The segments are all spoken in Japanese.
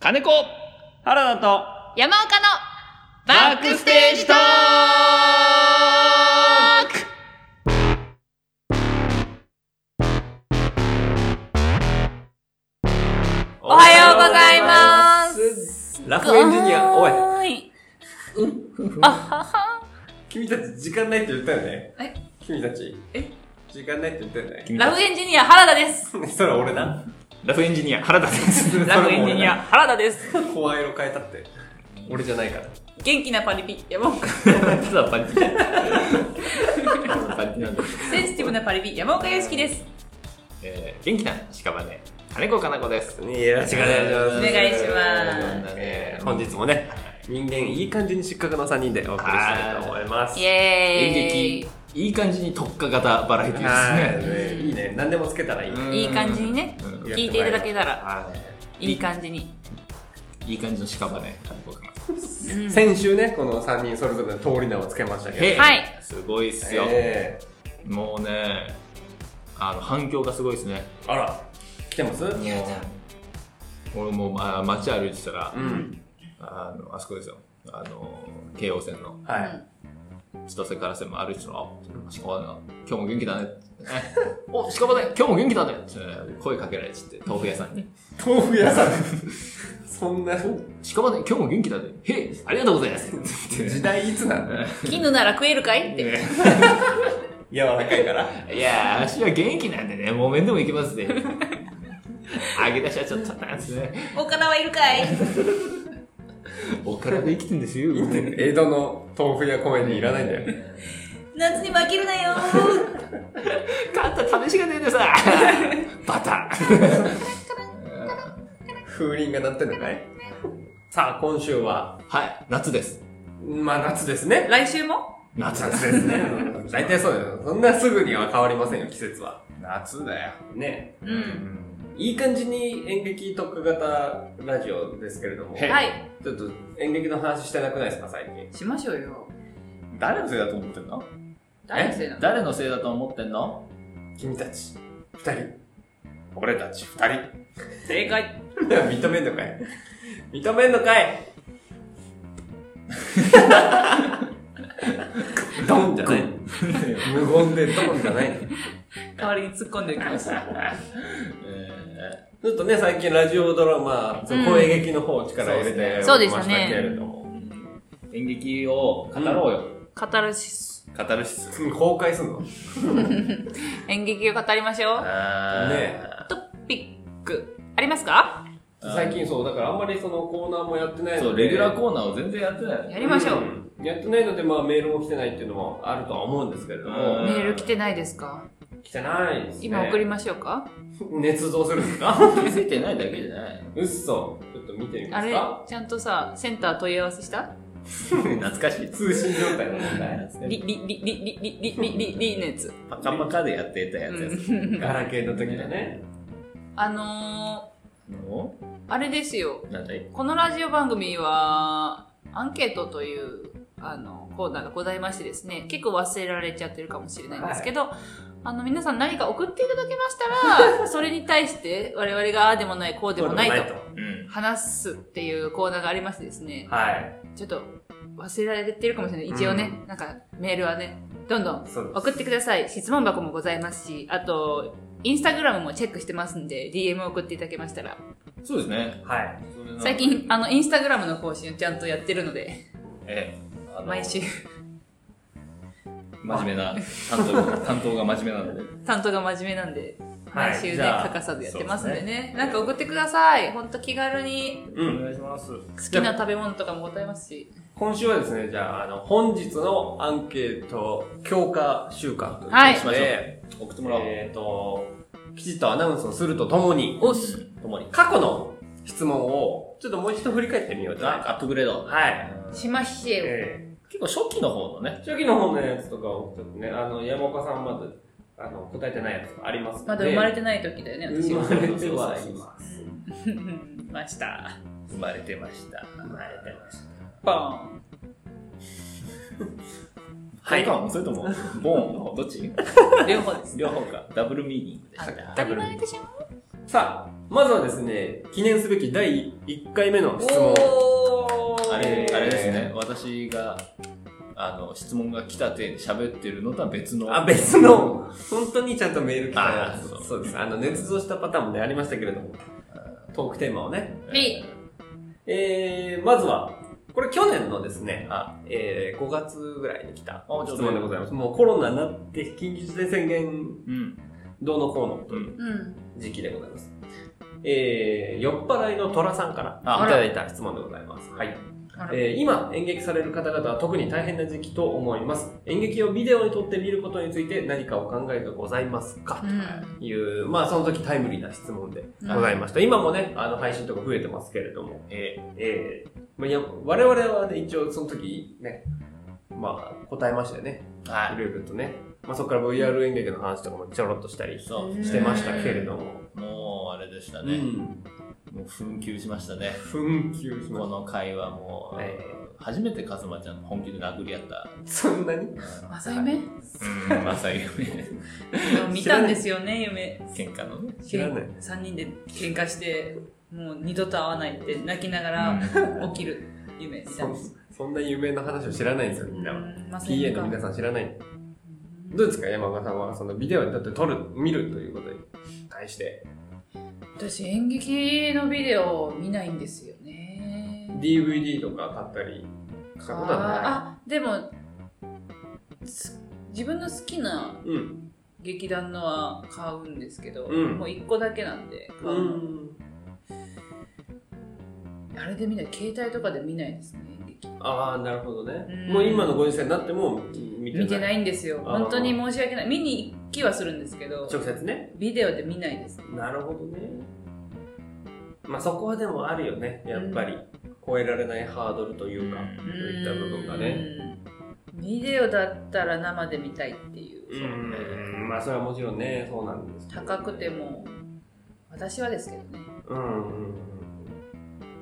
金子原田と山岡のバックステージトークおはようございます。すラフエンジニア、おい、い。あはは。君たち時間ないって言ったよねえ君たち。え時間ないって言ったよね君たラフエンジニア原田です。それ俺な。ラフエンジニア、原田です。それラフエンジニア。原田です。声色変えたって。俺じゃないから。元気なパリピ。山岡。ただパリピ。ただパリピなんだ。センシティブなパリピ。山岡祐樹です。えー、元気な屍、金子金子です。よろしくお願いします。お願いしますえー本日もね、人間いい感じに失格の3人でお送りしたいと思います。イエー演イ。劇、いい感じに特化型バラエティはいですね。ねいいね。何でもつけたらいい。うんいい感じにね、うん聞いていただけたら、はいいい感じに。いい感じの屍、金子金子です。うん先週ね、この3人それぞれの通り名をつけましたけへはいすごいっすど。よ。えもうね、あの、反響がすごいですね。ーあら、来てますうもう、俺も、まあ、街歩いてたら、ん。あの、あそこですよ。あの、京王線のはい。千歳から線も歩いてたら、あ、屍が、今日も元気だねって。ね お、屍、今日も元気だねって声かけられちゃって、豆腐屋さんに。豆腐屋さん。そんな屍、今日も元気だね。へえ、ありがとうございますって 時代いつなんだよ。絹なら食えるかいって。言って。柔らかいから。いやー、足は元気なんでね、もう面でも行きますね。あげ出しはちょっとなんですね。おからはいるかいお体生きてんですよ。 江戸の豆腐屋公園にいらないんだよ。夏に負けるなよ買った試しがねえでさ バタ風鈴が鳴ってんのかいさあ、今週は、はい夏ですまあ夏ですね。 来週も夏で夏すですね。うん 大体そうだよ。そんなすぐには変わりませんよ、季節は。夏だよね。う。うんいい感じに演劇特化型ラジオですけれども、へはい。ちょっと演劇の話してなくないですか、最近。しましょうよ。誰のせいだと思ってんの誰のせいなの誰のせいだと思ってんの君たち、二人。俺たち、二人。正解。 認めんのかい認めんの かいドンじゃない無言でドンじゃない代わりに突っ込んできました。 えちょっとね最近ラジオドラマ、そのうん声劇の方を力を入れてそうですねましたけれどもー演劇を語ろうよ、カタルシス。語るしすうん公開すんのね演劇を語りましょう。あえトピック、ありますか最近そうだからあんまりそのコーナーもやってないのでそうレギュラーコーナーを全然やってない やりましょう。んやってないので、まあ、メールも来てないっていうのもあるとは思うんですけれどうんも、メール来てないですか来てないですね。今送りましょうか 捏造するんですか気づいてないだけじゃないうっそ。ちょっと見てみまあすれか、ちゃんとさ、センター問い合わせした懐かしい通信状態の問題。リ、リ、リ、リ、リ、リ、リ、リ、リ、リのやつ。パカパカでやってたやつやつ、うんガラケーの時だね。あののー、あれですよ。なんだいこのラジオ番組は、アンケートという、あの、コーナーがございましてですね、結構忘れられちゃってるかもしれないんですけど、あの、皆さん何か送っていただけましたら、それに対して、我々がああでもない、こうでもないと、うん話すっていうコーナーがありましてですね、はい。ちょっと忘れられてるかもしれない。一応ね、なんかメールはね、どんどんそう送ってください。質問箱もございますし、あと、インスタグラムもチェックしてますんで、DM 送っていただけましたら。そうですねはい。それな最近、あの、インスタグラムの更新をちゃんとやってるので、ええあの毎週、 真面目な担当担当が真面目なので担当が真面目なんで、はい毎週ね、じゃあ欠かさずやってますんでそうね。なんか送ってください。ほんと気軽に、うおん。願いします好きな食べ物とかも答えますし。今週はですね、じゃあ、あの、本日のアンケート強化週間というはいことで、送ってもらおう、えっ、と、きちっとアナウンスをするとともに、おっす。ともに、過去の質問を、ちょっともう一度振り返ってみようじゃないか。アップグレード。はい。しましええ結構初期の方のね。ー初期の方のやつとかを、ちょっとね、あの、山岡さんまだ、あの、答えてないやつがありますのでまだ生まれてない時だよね、私は。生まれてはいます。 ました。生まれてました。生まれてましボーン。は。はいいボンかそれと も、ボーンの方、どっち両方です。両方か。ダブルミーニングでした。当たり前でしょさあ、まずはですね、記念すべき第1回目の質問。おーあれえ、ーあれですね。私が、あの、質問が来た手で喋ってるのとは別の。あ、別の、本当にちゃんとメール来たあやそつ。うそうです。あの、捏造したパターンもね、ありましたけれども、トークテーマをね。はいえー、まずは、これ去年のですね、あ、えー、5月ぐらいに来たあ質問でございます。もうコロナになって、緊急事態宣言うん。どうのこうのとう。いうんうん。時期でございます。えー、酔っ払いの虎さんからあいただいた質問でございます。はい。あらえー今演劇される方々は特に大変な時期と思います演劇をビデオに撮って見ることについて何かお考えがございますかうんという、まあその時タイムリーな質問でございました、今もねあの配信とか増えてますけれども、えーえーまあ、いや我々は、ね、一応その時ねまあ答えましたよねはいろいろとね、まあ、そこから VR 演劇の話とかもちょろっとしたりい。そううんでしすてね。ましたけれども、もう、あれでしたうね。ん、もう、紛糾しましたね。紛糾しまこしの会話もう、え初めてカズマちゃんの本気で殴り合った。たそんなにまさゆめうん、まさゆめ。見たんですよね、夢。喧嘩のね。知らない3人で喧嘩して、もう二度と会わないって泣きながうらん起きる夢見たそんんです。そんな有名な話を知らないんですよみんなは。まさゆ PA めのか皆さん知らないどうですか山岡さんはそのビデオにとって撮る見るということに対して私演劇のビデオを見ないんですよね DVD とか買ったりしたことはあーあでもす自分の好きなないうん劇団のは買うんですけど、うんもう1個だけなんで、買ううのんあれで見ない携帯とかで見ないですね演劇ああなるほどね、うんもう今のご時世になっても見てない見てないんですよあー本当に申し訳ない見に行きはするんですけど直接ねビデオで見ないですねなるほどねまあそこはでもあるよねやっぱり、超えられないハードルというか、うんそういった部分がねうんビデオだったら生で見たいっていううん、まあそれはもちろんねそうなんですけど高くても私はですけどねうんうんうん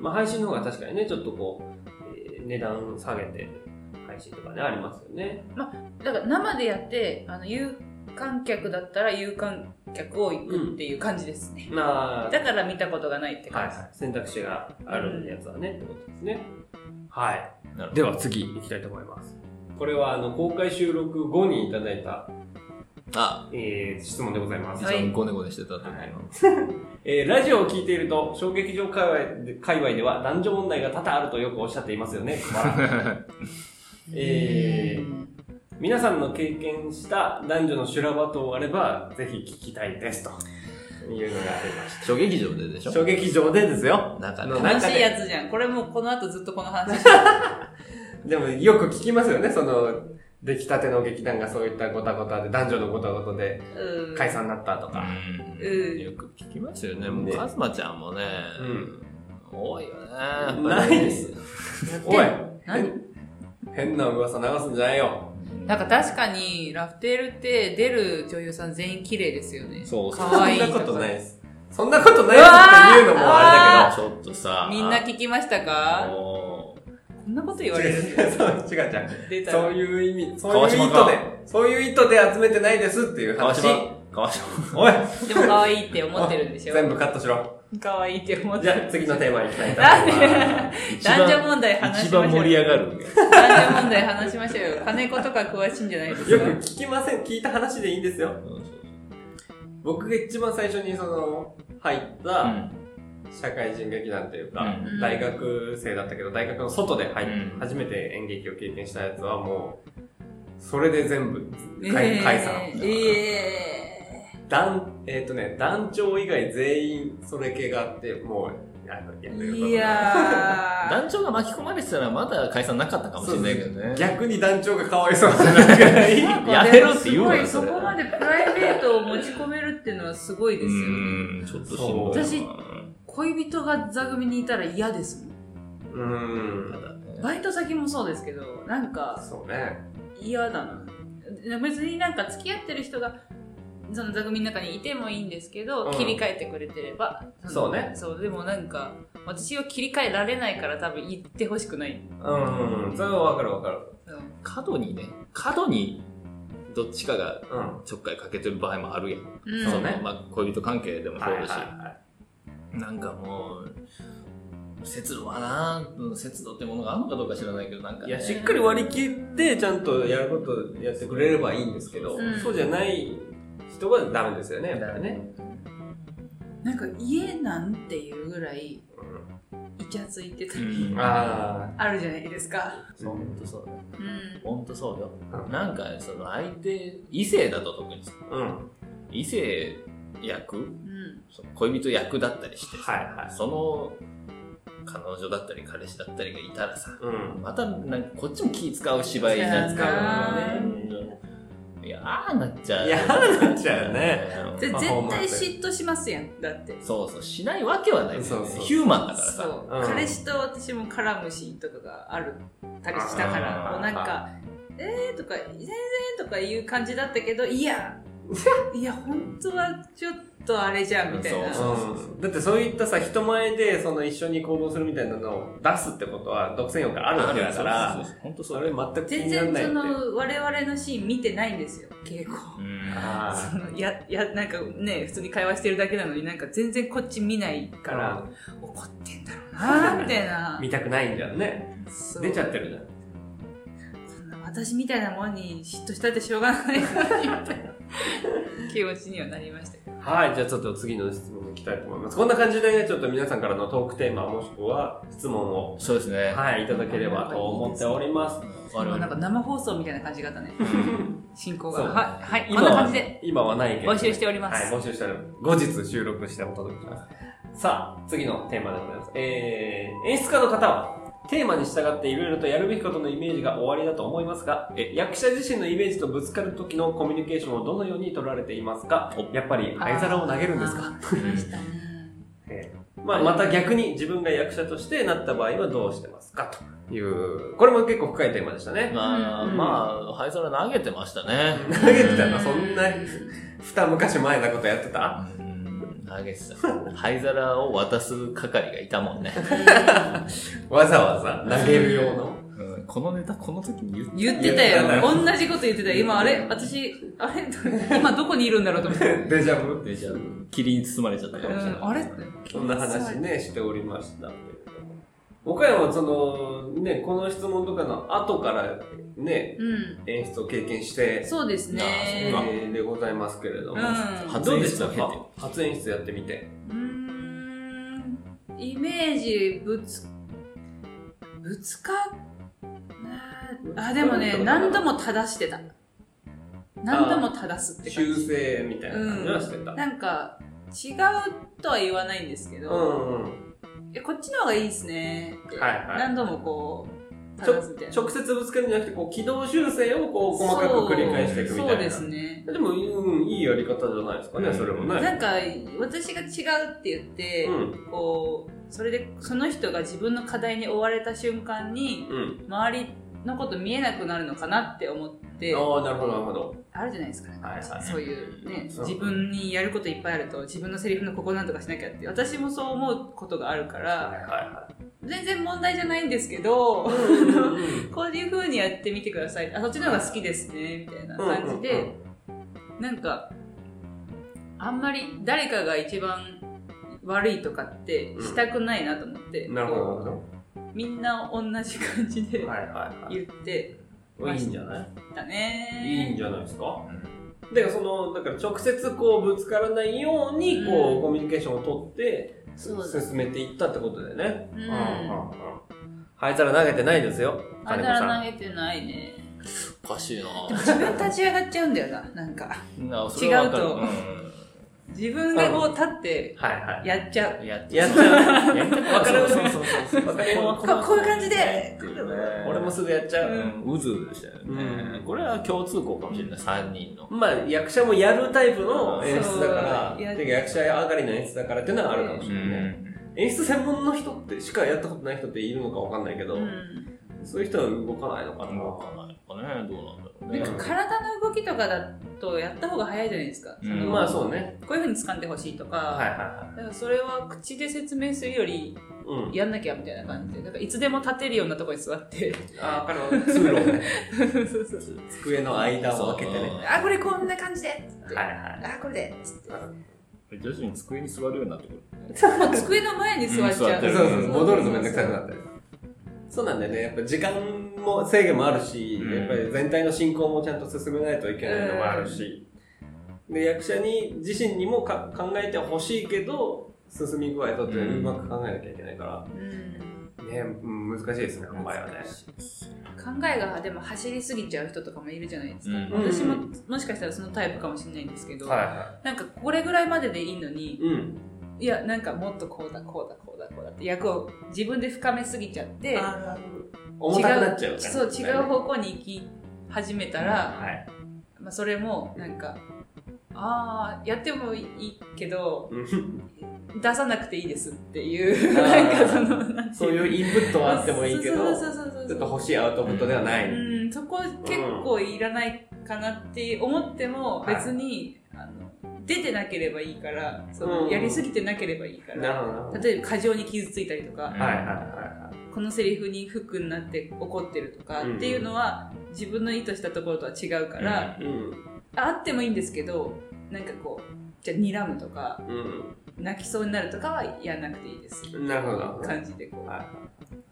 まあ、配信の方が確かにね、ちょっとこう、えー値段下げて配信とかね、ありますよね。だから生でやってあの有観客だったら有観客を行くっていう感じですね、まあ、だから見たことがないってはい感じ、はい、選択肢があるやつはね、ってことですね。はい。なるほでは次行きたいと思います。これはあの公開収録後にいただいた、ど。あ、えー質問でございます。ははいい、ゴネゴネしてた時の。はいえーラジオを聞いていると、小劇場界隈で界隈では男女問題が多々あるとよくおっしゃっていますよね。笑えーうん皆さんの経験した男女の修羅場等あれば、ぜひ聞きたいですというのがありまし。初劇場ででしたょ衝撃場でですよ。なんかのね。なん楽かしねいやつじゃんこれもうこの後ずっとこの話してるでもよく聞きますよね、その、出来たての劇団がそういったごたごたで、男女のごたごたでうん解散になったとか。うんよく聞きますよね。もねう、カズマちゃんもね、うん多いよね。やっぱりないです。やってんおい何変な噂流すんじゃないよ。なんか確かにラフテールって出る女優さん全員綺麗ですよねそうそう可愛いそんなことないです。そんなことないですっていうのもあちょっとさ、みんな聞きましたかもこんなこと言われだれるけど。違う、そう違う違う。出たらそういう意味、そう川いう意島図かで、そういう意図で集めてないですっていうう、川話。島、川島、おいでも可愛いって思ってるんでしょ全部カットしろ。可愛いって思ってじるゃあ次のテーマいきたいとなん思でいま男女問題話しましょう一番盛り上がるね。男女問題話しましょうよ金子とか詳しいんじゃないですす。かよく聞きません、聞いた話でいいんですよ。僕が一番最初にその、入った社会人劇団というか、うん大学生だったけど、大学の外で入っうん初めて演劇を経験したやつはもう、それで全部解、えー解散。え団、えっ、とね、団長以外全員それ系があって、もう、あの、やめることー、いになるや団長が巻き込まれてたらまだ解散なかったかもしれないけどね。逆に団長がかわいそうなぐら い。ーやめろって言うわよすごそいそれこまでプライベートを持ち込めるっていうのはすごいでうすよねん、ちょっとしんどいな。そう私恋人が座組にいたら嫌ですもうんーたん。だねバイト先もそうですけどなんかそうね。嫌だな別になんか付き合ってる人がその座組の中にいてもいいんですけど、うん切り替えてくれてればそうねそうでもなんか私は切り替えられないから多分言ってほしくない、うん、うん、それはわかるわかる。うん過度にね、過度にどっちかがうん。ちょっかいかけてる場合もあるやん。うんそうねまあ、恋人関係でもそうだし、はいはいはいなんかもう、節度はな、うん節度ってものがあるのかどうか知らないけど、なんか、いね、や、しっかり割り切って、ちゃんとやることやってくれればいいんですけど、うんそうじゃない人はダメですよね、やっぱりね。なんか家なんていうぐらいイチャついてたうり、ん、ああるじゃないですか。そう、ほんとそうだ。うん。ほんとそうよ。なんか、その相手、異性だと特にさ、あ、うん。はい異性役うん。その恋人役だったりして、はい。その、彼女だったり彼氏だったりがいたらさ、うん。またなんかこっちも気使う芝居になっちゃうからね。いや、ああなっちゃう。いやああなっちゃうよねうんでまあ絶ホームラン対で嫉妬しますやん。だって。そうそう、しないわけはない、ね、そうそうヒューマンだからそさ。う、うん彼氏と私も絡むシーンとかがあるたりしたからあーもうなんか「えー」とか「全然」とかいう感じだったけどい やいや本当はちょっとあれじゃんみたいなそううんだってそういったさ人前でその一緒に行動するみたいなのを出すってことは独占欲があるわけだからそうそうそう本当そそうれだよ。全く気全になら然ないっそての我々のシーン見てないんですよ稽古うんあそのややなんかね普通に会話してるだけなのになんか全然こっち見ないあかからら怒ってんだろうなみたいな見たくないんだよねそう出ちゃってるじゃんそんな私みたいなもんに嫉妬したってしょうがないのにみたいな 気持ちにはなりましたけどはい、じゃあちょっと次の質問に行きたいと思います。こんな感じでね、ちょっと皆さんからのトークテーマもしくは質問を、そうですね。はい、いただければと思っております。我々なんか生放送みたいな感じがあったね進行がそうはい、はい、こ今んはな感じで今はないけど、募集しておりまはす、い、募集しております。後日収録してお届けします。さあ、次のテーマでございます。えー、演出家の方は、テーマに従っていろいろとやるべきことのイメージが終わりだと思いますが、え役者自身のイメージとぶつかる時のコミュニケーションをどのように取られていますかやっぱり灰皿を投げるんですかあーでしたねえーまあ、また逆に自分が役者としてなった場合はどうしてますかという、これも結構深いテーマでしたね。まあ、うんまあ、灰皿投げてましたね。投げてたうな、んそんな、二昔前なことやってたうん投げてた。灰皿を渡す係がいたもんね。わざわざ投げる用の。うんこのネタ、この時に言って言ってたよ言って同じこと言ってたよ今あれ私あれ今どこにいるんだろうと思って、デジャブで、じゃあ、霧に包まれちゃったかうもしれない。ん、あれそんな話ね、しておりましたけれども。岡山はその、ね、この質問とかの後からね、うん演出を経験して、そうですねあそうかえーでございますけれどうも。ん初どうでした演出を経か初演出やってみて。うーんイメージぶつぶつかあーでもね何度も正してた何度も正すって感修じ正みたいな感じはしてた。なんか違うとは言わないんですけうど、んうん。いやこっちの方がいいですねって、はいはい何度もこうちょ正すみたいな直接ぶつけるんじゃなくてこう軌道修正をこう細かく繰り返していくみたいなそうそうですねでも、うん、いいやり方じゃないですかね、うんそれもなねんか私が違うって言って、うんこうそれでその人が自分の課題に追われた瞬間にうん周りのこと見えなくなるのかなって思ってああなるほどなるほどあるじゃないですか、ねはいはいそういうねそう自分にやることいっぱいあると自分のセリフのここなんとかしなきゃって私もそう思うことがあるかはいらは全然問題じゃないんですけいどはいこういう風にやってみてくださいあそっちの方が好きですねみたいな感じで、なんかあんまり誰かが一番悪いとかってしたくないなと思って、なるほどなるほこうみんな同じ感じでどはいはい言ってはいいいんじゃないたねいいんじゃないですかだからそのだから直接こうぶつからないようにこう、うんコミュニケーションを取ってそうだ進めていったってことだよねううんんうんうん灰皿投げてないですよあ金子ださらん投げてないねおかしいなでも自分立ち上がっちゃうんだよななんかなそれはわかる違うと自分がこう立ってはいはいやっちゃううんやっやっち ゃうやっちゃうわかるそうそうそうそうわかるこここういう感じでっていうね俺もすぐやっちゃう、うんうずうずしたよね、うんこれは共通項かもしれない3人のまあ、役者もやるタイプの演出だかそうら、やてか役者上がりの演出だからっていうのはあるかもしれない、演出専門の人ってしかやったことない人っているのかわかんないけど、うんそういう人は動かないのかな。動かないのかねどうなんだろうなねんか体の動きとかだとやった方が早いじゃないですか、うんそのまあそうね。こういうふうに掴んでほしいとか、はいはいはだからそれは口で説明するよりい。うん。やんなきゃみたいな感じでなんかいつでも立てるようなところに座って あー、わかる通路をね、そうそうそう机の間を開けてね。あこれこんな感じではいはい。あこれでつって徐々に机に座るようになってくる。机の前に座っちゃう。うん座そってうそうるそう、戻るとめんどくさくなったり。そうなんだよね。やっぱ時間も制限もあるし、うんやっぱり全体の進行もちゃんと進めないといけないのもあるし、で、役者に、自身にもか考えてほしいけど、進み具合とってうんうまく考えなきゃいけないかうんら、ね、うん難しいですね、お前はね。考えがでも走りすぎちゃう人とかもいるじゃないですか、うん私ももしかしたらそのタイプかもしれないんですけど、はなんかこれぐらいまででいいのにい。うん。いやなんかもっとこうだこうだこうだこうだって役を自分で深めすぎちゃって重たくなっちゃうから。そう違う方向に行き始めたら、はい。まあ、それもなんかああやってもいいけどうん出さなくていいですっていうあーなんかそのなんてそういうインプットはあってもいいけど、そうそうそうそうちょっと欲しいアウトプットではない。うん、そこ結構いらないかなって思ってもはい別に、あの出てなければいいからその、うんやりすぎてなければいいかなるらほどなるほど。例えば過剰に傷ついたりとか、はいはいはこのセリフにフックになって怒ってるとかうんっていうのは自分の意図したところとは違うから、いはい。うん。あってもいいんですけどなんかこうじゃあ睨むとかう泣きそうになるとかはやらなくていいです。ん、なるほど。感じでこは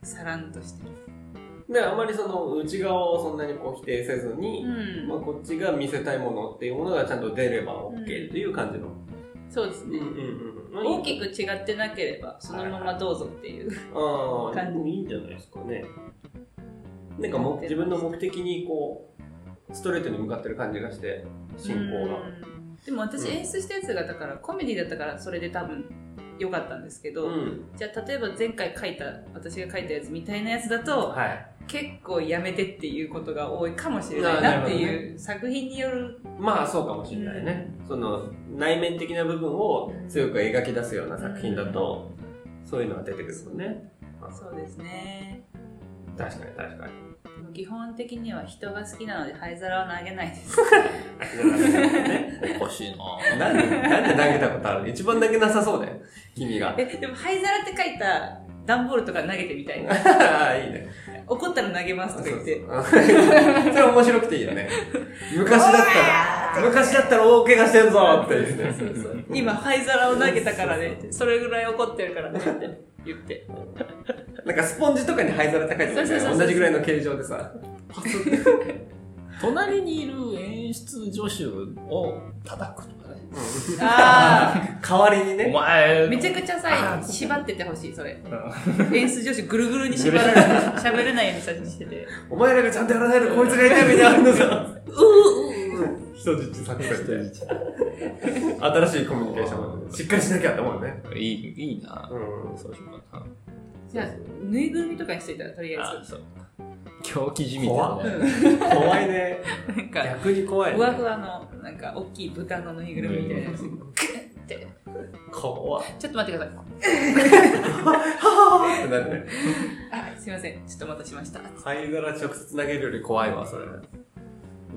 うさらんとしてる。で、あまりその内側をそんなにこう否定せずうに、んまあ、こっちが見せたいものっていうものがちゃんと出れば OK という感じの。そうですね。うん大きく。く違ってなければそのままどうぞっていう、ああ、感じいいんじゃないですかね。なんかもう自分の目的にこう、ストレートに向かってる感じがして、進行が。うんでも私うん演出したやつがだからコメディだったからそれで多分良かったんですけど、うん。じゃあ例えば前回書いた私が書いたやつみたいなやつだとはい。結構やめてっていうことが多いかもしれないなってあなるいう、作品によるまあそうかもしれないね。その内面的な部分を強く描き出すような作品だと、そういうのが出てくるもんね。そうですね確かに確かに。でも基本的には人が好きなので灰皿は投げないですね、おかしいななんで、なんで投げたことあるの一番投げなさそうだよ。君が。えでも灰皿って書いた段ボールとか投げてみたいないいね。怒ったら投げますとか言ってそうそうそれ面白くていいよね。昔だったら、昔だったら大怪我してんぞって言って。そうそう今灰皿を投げたからねってそれぐらい怒ってるからねって言ってなんかスポンジとかに灰皿高いとかそうそうそうね、そう同じぐらいの形状でさ。隣にいる演出助手を叩くとかね。あ代わりにおね。あ前、めちゃちくちゃさ縛っててほしいそれゃ。演出女子ぐるぐるに縛られて喋れないようにさしててお前らがちゃんとやらないとこいつが痛い目に遭うんだぞ。うううう人質作戦で。新しいコミュニケーション。しっかりしなきゃって思うね。いい、いいなうん。そうしようかな。じゃあぬいぐるみとかにしといたらとりああ、そう。狂気じみたいえずな。怖いね。うんなんか逆に怖い、ね。ふわふわのなんか大きい豚のぬいぐるみみたいなやつって怖っ。ちょっと待ってくださいはぁってなるね。あすいませんちょっとお待たせしました灰皿直接投げるより怖いわ、それ。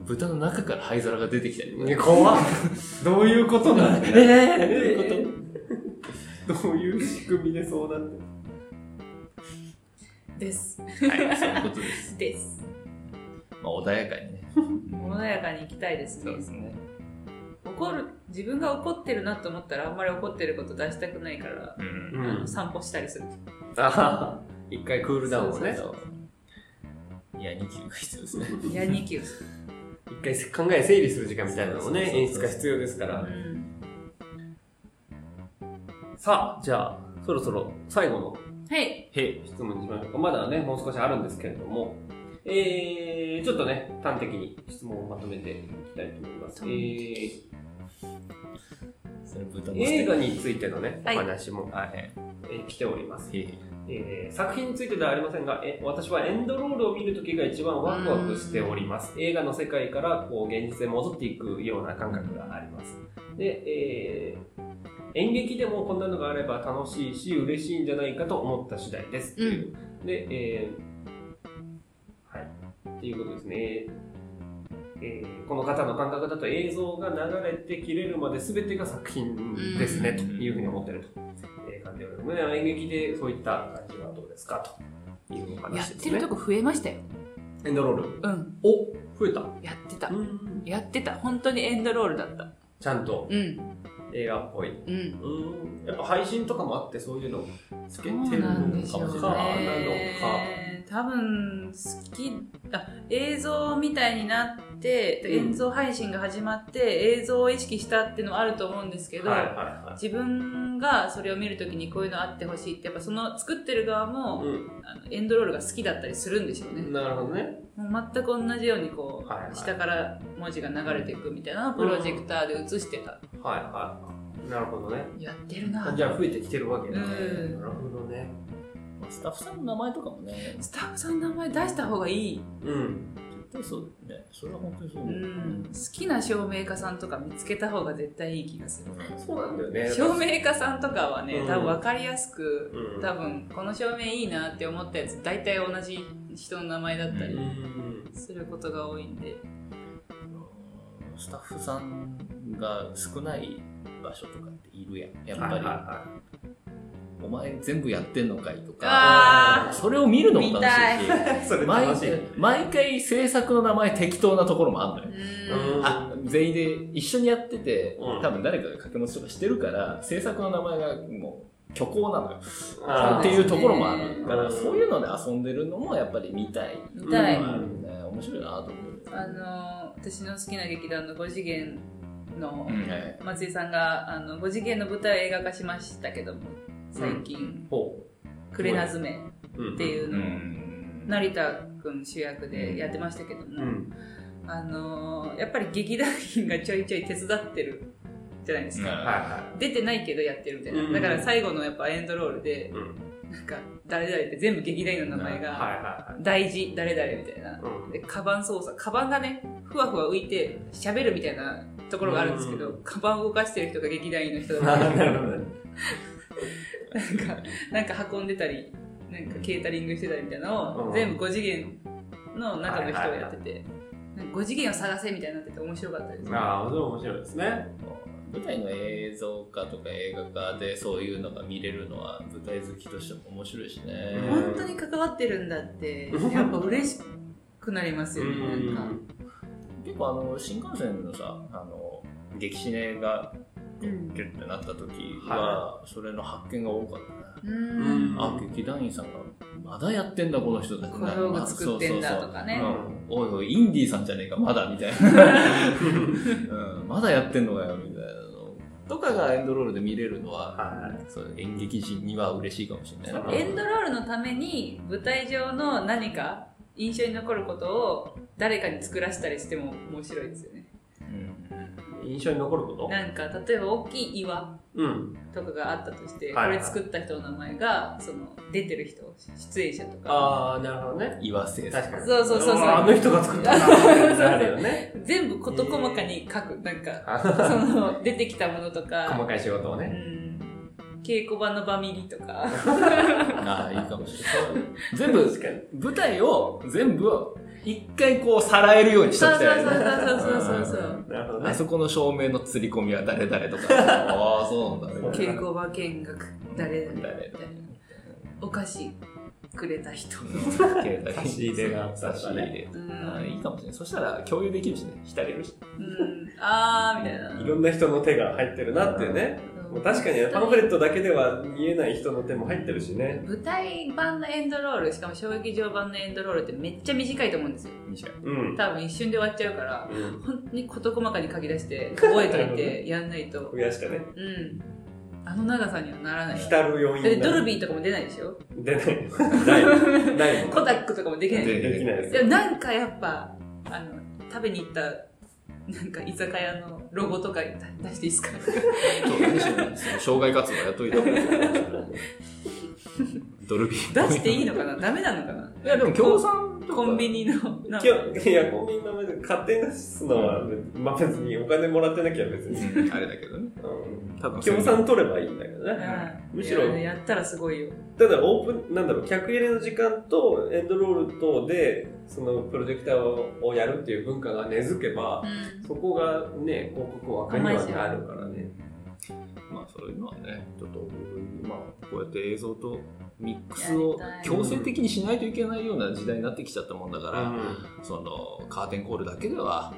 豚の中から灰皿が出てきたり。怖っ。どういうことなのえどういうこどういう仕組みでそうなってですとはい、そういうことです。ですまあ、穏やかにね。穏やかに行きたいですそうねですね。怒る自分が怒ってるなと思ったらあんまり怒ってること出したくないから、うん。あの散歩したりするあはは一回クールダウンをねそ。いや、2級が必要ですね。いやにきをする、一回考え整理する時間みたいなのもそね、うそうそう演出が必要ですかうら。んさあ、じゃあ、そろそろ最後のはいへい。質問にしましょうか。まだね、もう少しあるんですけれども。えー、ちょっとね、端的に質問をまとめていきたいと思います。え端ーそれ豚のステ映ー画についてのね、おはい話も、キ。はい。へえー来ております、いへい。えー作品についてではありませんが、え私はエンドロールを見るときが一番ワクワクしております。映画の世界からこう現実へ戻っていくような感覚があります。で、えー演劇でもこんなのがあれば楽しいし、嬉しいんじゃないかと思った次第です。うんで、えーはい。っていうことですね。えーこの方の感覚だと映像が流れて切れるまで全てが作品ですね、うんというふうに思ってると、えー感じでおります。で演劇でそういった感じはどうですかというおやっ話ですてねると。こ増えましたよエンドロール。うんお増えた。やってたうんやってた本当にエンドロールだったちゃんと。うん映画っぽい。うん。うん。やっぱ配信とかもあって、そういうのつけてるのそうなんでしかょもうしれない。ね。多分好きあ映像みたいになって、うん映像配信が始まって映像を意識したっていうのはあると思うんですけなど、のか。はいは自分がそれを見るときにこういうのあってほしいってやっぱその作ってる側いはも、い。あのエンドロールが好きだったりするんでしょううねん。、なるほどね。もう全く同じようにこう、はいはい下から文字が流れていくみたいなのをプロジェクターで映してた、はいはい。なるほどね。やってるなじゃあ増えてきてるわけね。うんなるほどね。まあスタッフさんの名前とかもね、スタッフさんの名前出した方がいい、うん。絶対そうだよね。それは本当にそうう思う。ん、好きな照明家さんとか見つけた方が絶対いい気がするそうなんだよね。照明家さんとかはね、うん多分分かりやすく、うん多分この照明いいなって思ったやつ大体同じ人の名前だったうりん。することが多いんで、スタッフさんが少ない場所とかっているやん。やっぱはり、いはいはお前全部やってんのかいとか、あそれを見るのも楽しいし見、い。 それ毎楽しい。毎回制作の名前適当なところもあんのよ。ーうんあ全員で一緒にやってて、うん多分誰かが掛け持ちとかしてるから制作の名前がもう虚構なのよあーっていうところもあるから、うんそういうので遊んでるのもやっぱり見たい見たい、のもあるね面白いなと思うあの私の好きな劇団の5次元のうんはい松井さんがあの5次元の舞台を映画化しましたけども最近ほ「くれなずめ」う。っていううのをん成田君主役でやってましたけども、うん。あのーやっぱり劇団員がちょいちょい手伝ってるじゃないですか、はいは出てないけどやってるみたいな、うんだから最後のやっぱエンドロールい。でうん。なんか誰々って全部劇団員の名前はいがは大事誰々みたいないはい。うん。でカバン操作カバンがねふわふわ浮いて喋るみたいなところがあるんですけど、うカバンを動かしてる人が劇団員の人だなったりるほどね。なんかなんか運んでたりなんかケータリングしてたりみたいなのうをん全部5次元の中の人がやってて、なんか5次元を探せみたいになってて面白かったですね。ああ、それ面白いですね。舞台の映像化とか映画化でそういうのが見れるのは舞台好きとしても面白いしね、うん本当に関わってるんだって やっぱ嬉しくなりますよねなんか。結構あの新幹線のさあの激シネがうキんュッてなった時は、それの発見が多かったね、うんあ劇団員さんがまだやってんだこの人たち小道具作ってんだとかねまあそうそうそううんおいおいインディーさんじゃねえかまだみたいな、うん、まだやってんのかよみたいなのとかがエンドロールで見れるのは、はそう演劇人には嬉しいかもしれないうんエンドロールのために舞台上の何か印象に残ることを誰かに作らせたりしても面白いですよね。い。印象に残ることなんか例えば大きい岩うん。とかがあったとして、はいはいこれ作った人の名前がその出てる人出演者とかああ、なるほどね。岩製作確かに。そうそうそうそうあの人が作ったんだってあるよね。全部事細かに書く、なんかあその出てきたものと細か、かい仕事をうね。ん、稽古場の場見りとか。 ああいいかもしれない全部かに。舞台を全部を一回こうさらえるようにしとそうきそうたそいうよねそうそうそうそう。なるほどあね。そこの照明の釣り込みは誰々とかああそうなんだね稽古場見学誰々みたいな誰々お菓子くれた人。差差し入れがあった差としか入ねれうあんーいいかもしれないそしたら共有できるしね浸れるしうん、あーみたいな。いろんな人の手が入ってるなっていうね。もう確かにパンフレットだけでは見えない人の手も入ってるしね。舞台版のエンドロールしかも小劇場版のエンドロールってめっちゃ短いと思うんですよ短いうん。多分一瞬で終わっちゃうからうん本当に事細かに書き出して覚えといてやんないと増やしてね。うんあの長さにはならないだ浸る要因ってドルビビーとかも出ないでしょ出ない。ない。ないもん。コダックとかもできないでできないですでもなんかやっぱあの食べに行ったなんか居酒屋のロゴとか出していいですかそう何しろ障害活動やっといた方がいい ドルビ出ーしていいのかなダメなのかないやでも共産とかコンビニのな んか今日、いや、コンビニの前で勝手に出すのは、まあ別にお金もらってなきゃ別に。うんあれだけどねうん。多分協賛取ればいいんだけどね。うんむしろいややったらすごいよただオープンなんだろう客入れの時間とエンドロール等でそのプロジェクターをやるっていう文化が根付けば、そこがね広告枠にはなるからねまあそういうのはねちょっとまあこうやって映像とミックスを強制的にしないといけないような時代になってきちゃったもんだから、うんそのカーテンコールだけでは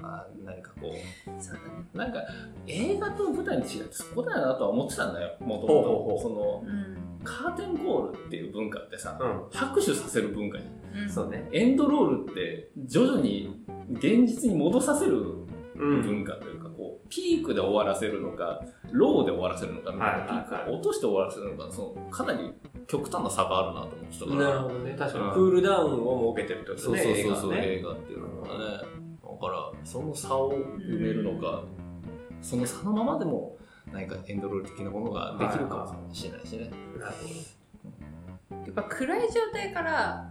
あか、何かこう、そうだねなんか映画と舞台の違いってそこだなとは思ってたんだよ、もとほうほうほもうと。その、うんカーテンコールっていう文化ってさ、う拍手させる文化じゃん。うんん。そうね。エンドロールって徐々に現実に戻させるうん。文化というか、こう、ピークで終わらせるのか、ローで終わらせるのかみたいな、はいはいはいピークを落として終わらせるのか、その、かなり極端な差があるなと思ってたから。なるほどね。確かうんに。クールダウンを設けてるってことそうね。そうそうそう、映画はね映画っていうのがね。だから、その差を埋めるのか、その差のままでも、何かエンドロール的なものができるかもしれないしね。なるほどやっぱ暗い状態から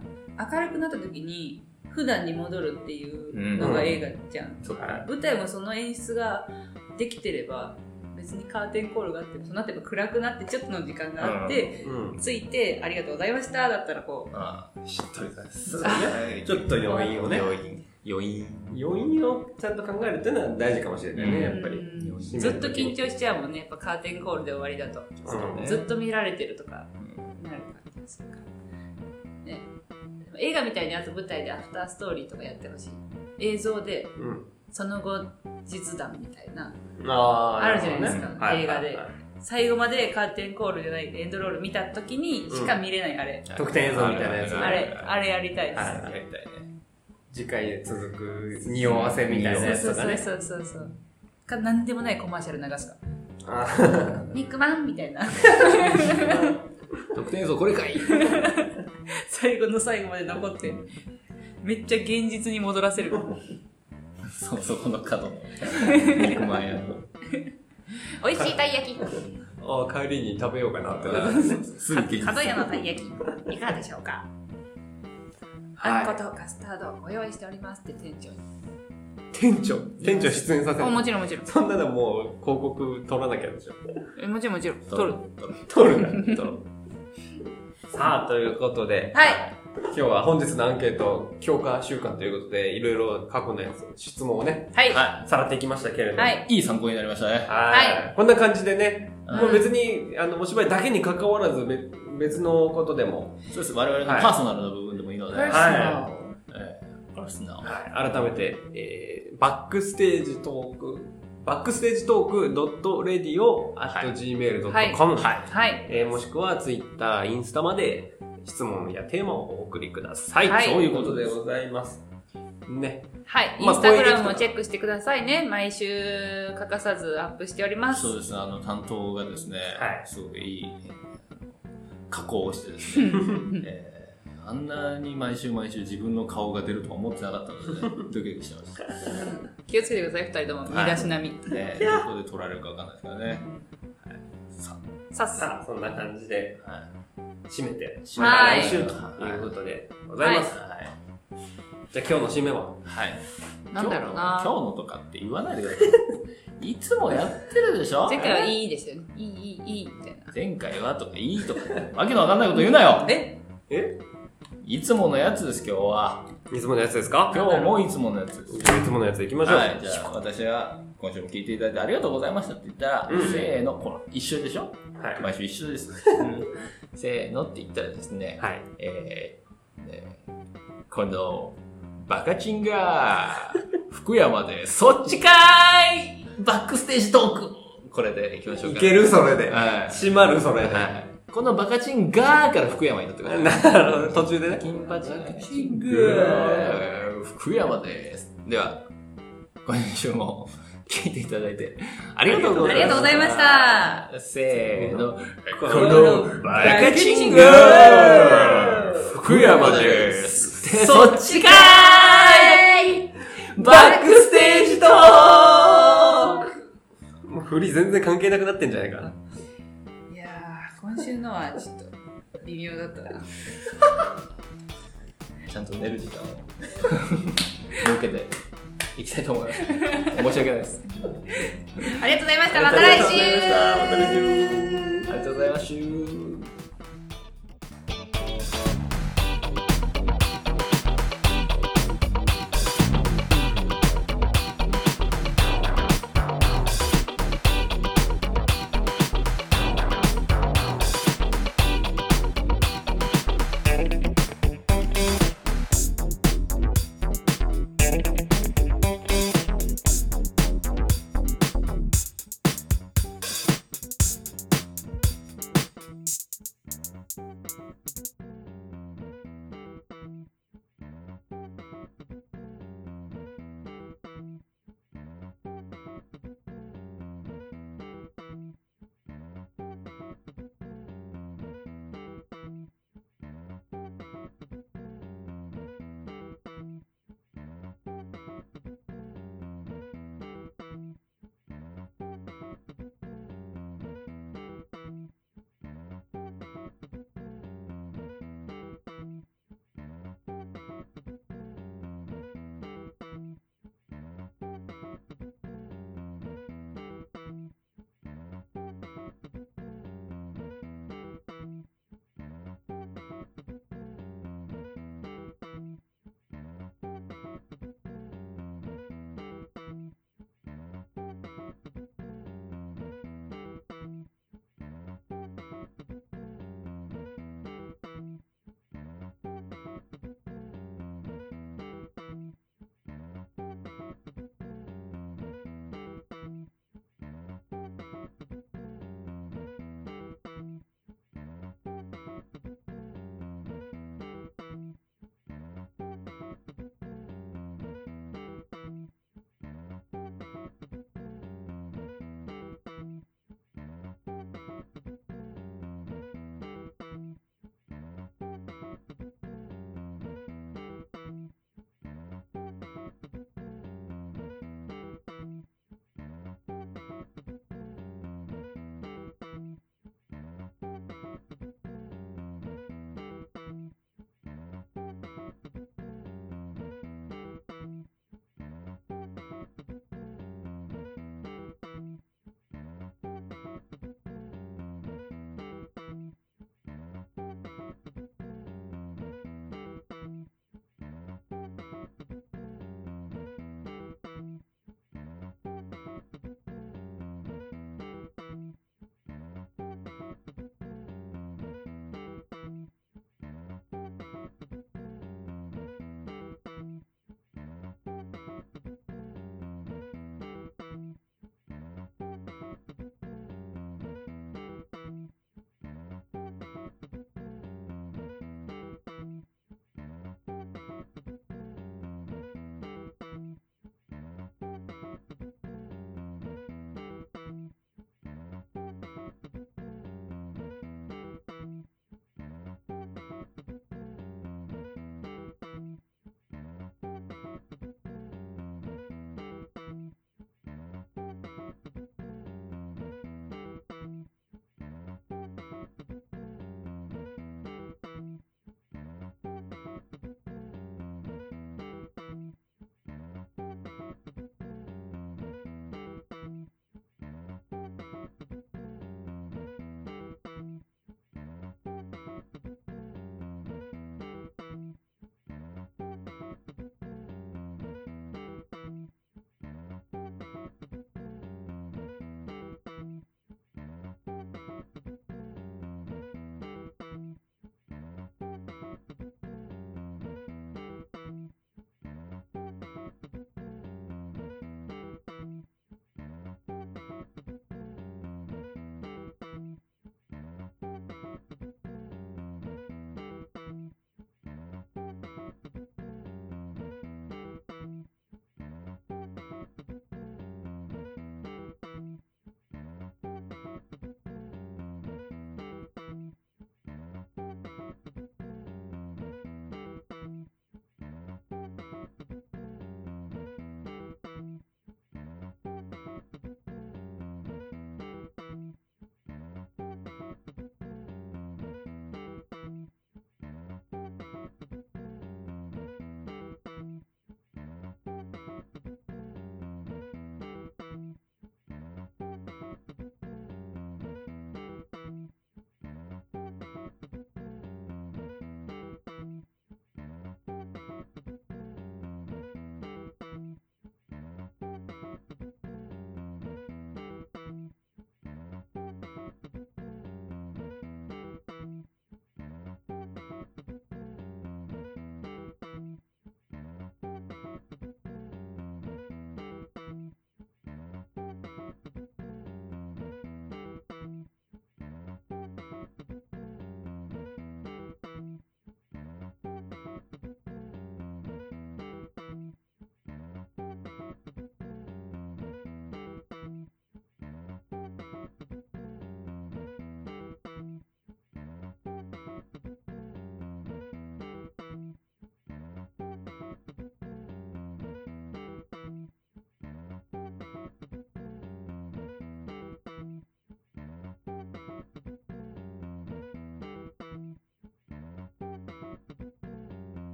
明るくなった時に普段に戻るっていうのが映画じゃん、ちょっとね舞台もその演出ができてれば別にカーテンコールがあってもその後も暗くなってちょっとの時間があって、うん。ついて「ありがとうございました」だったらこああ、しっとりだそうね ちょっと余韻をね。余韻。余韻。余韻をちゃんと考えるっていうのは大事かもしれないね、うんやうっぱり。うんよしずっと緊張しちゃうもんねやっぱカーテンコールで終わりだと、そうだねずっと見られてるとかうんなる感じでするから、ね、でも映画みたいにあと舞台でアフターストーリーとかやってほしい映像でうん。その後実談みたいなあーあるじゃないですかるほどねはい映画ではいはい最後までカーテンコールじゃないエンドロール見た時にしか見れないあれ、特典映像みたいなやつあれあれやりたいです、はいやりたいね。次回へ続く匂わせみたいなやつそうとそかうね。そうそうそうか何でもないコマーシャル流すかあー「肉まん」みたいな 特典映像これかい最後の最後まで残ってめっちゃ現実に戻 らせるそうそこの角の肉まん屋の美味しいたい焼きあー、帰りに食べようかなってなる。すぐ激角屋のたい焼きいかがでしょうかあんことカスタードをご用意しておりますって店長に店長店長出演させあるもちろんもちろんそんなのもう広告取らなきゃでしょえもちろんもちろん取る取る なさあということではい今日は本日のアンケート強化週間ということでいろいろ過去のやつ質問をねはいははさらっていきましたけれどい、もいいい参考になりましたねはいこんな感じでね、うんもう別にあのお芝居だけに関わらずべ別のことでも、そうです我々のはいパーソナルな部分でもいいので、いえーパーソナルはい改めて、えーバックステージトークバックステージトーク .radio.gmail.com、ははいいはいえーもしくはツイッター、インスタまで質問やテーマをお送りください。はいそういうことでございます。ね。はい、イまンあスタグラムもチェックしてくださいね。毎週欠かさずアップしております。そうですねあの担当がですね、はいすごいいいえー加工をしてです ね、えーあんなに毎週毎週自分の顔が出るとは思ってなかったので、ね、ドキドキしてました、気をつけてください、二人とも。はい身だしなみ。ね、どこで撮られるかわかんないですからね、はい、ささっささ。あ、そんな感じであはい締めて、締まめたはい来週ということでございます。はいじゃあ今日の締めははい。なんだろうな今日の今日のとかって言わないでください。い つもやってるでしょ前回はいいですよね。いい、いい、いい、みたいな。前回はとかいいとか、わけのわかんないこと言うなよええいつものやつです、今日は。いつものやつですか今日もいつものやつです。いつものやついきましょう。はい、じゃあ私は今週も聞いていただいてありがとうございましたって言ったら、うんせーの、ほら、一緒でしょはい。毎週一緒です。せーのって言ったらですね、はい。えーえーこのバカチンが福山でそっちかーいバックステージトークこれでいきましょういか。けるそれで。は締まるそれい。で。はい。このバカチンがーから福山になってください。なるほど、途中でね。金八バカチンンががー福山です。では、今週も聞いていただいてありがとうごあざいました。りがとうございました。せーの、ここのバカチンがー福山です。でそっちかーいバックステージトークもう振り全然関係なくなってんじゃないかな。いやー、今週のはちょっと微妙だったな。ちゃんと寝る時間を 設けていきたいと思います。申し訳ないです。ありがとうございました。また来ありがとうございましたまた来週ありがとうございました。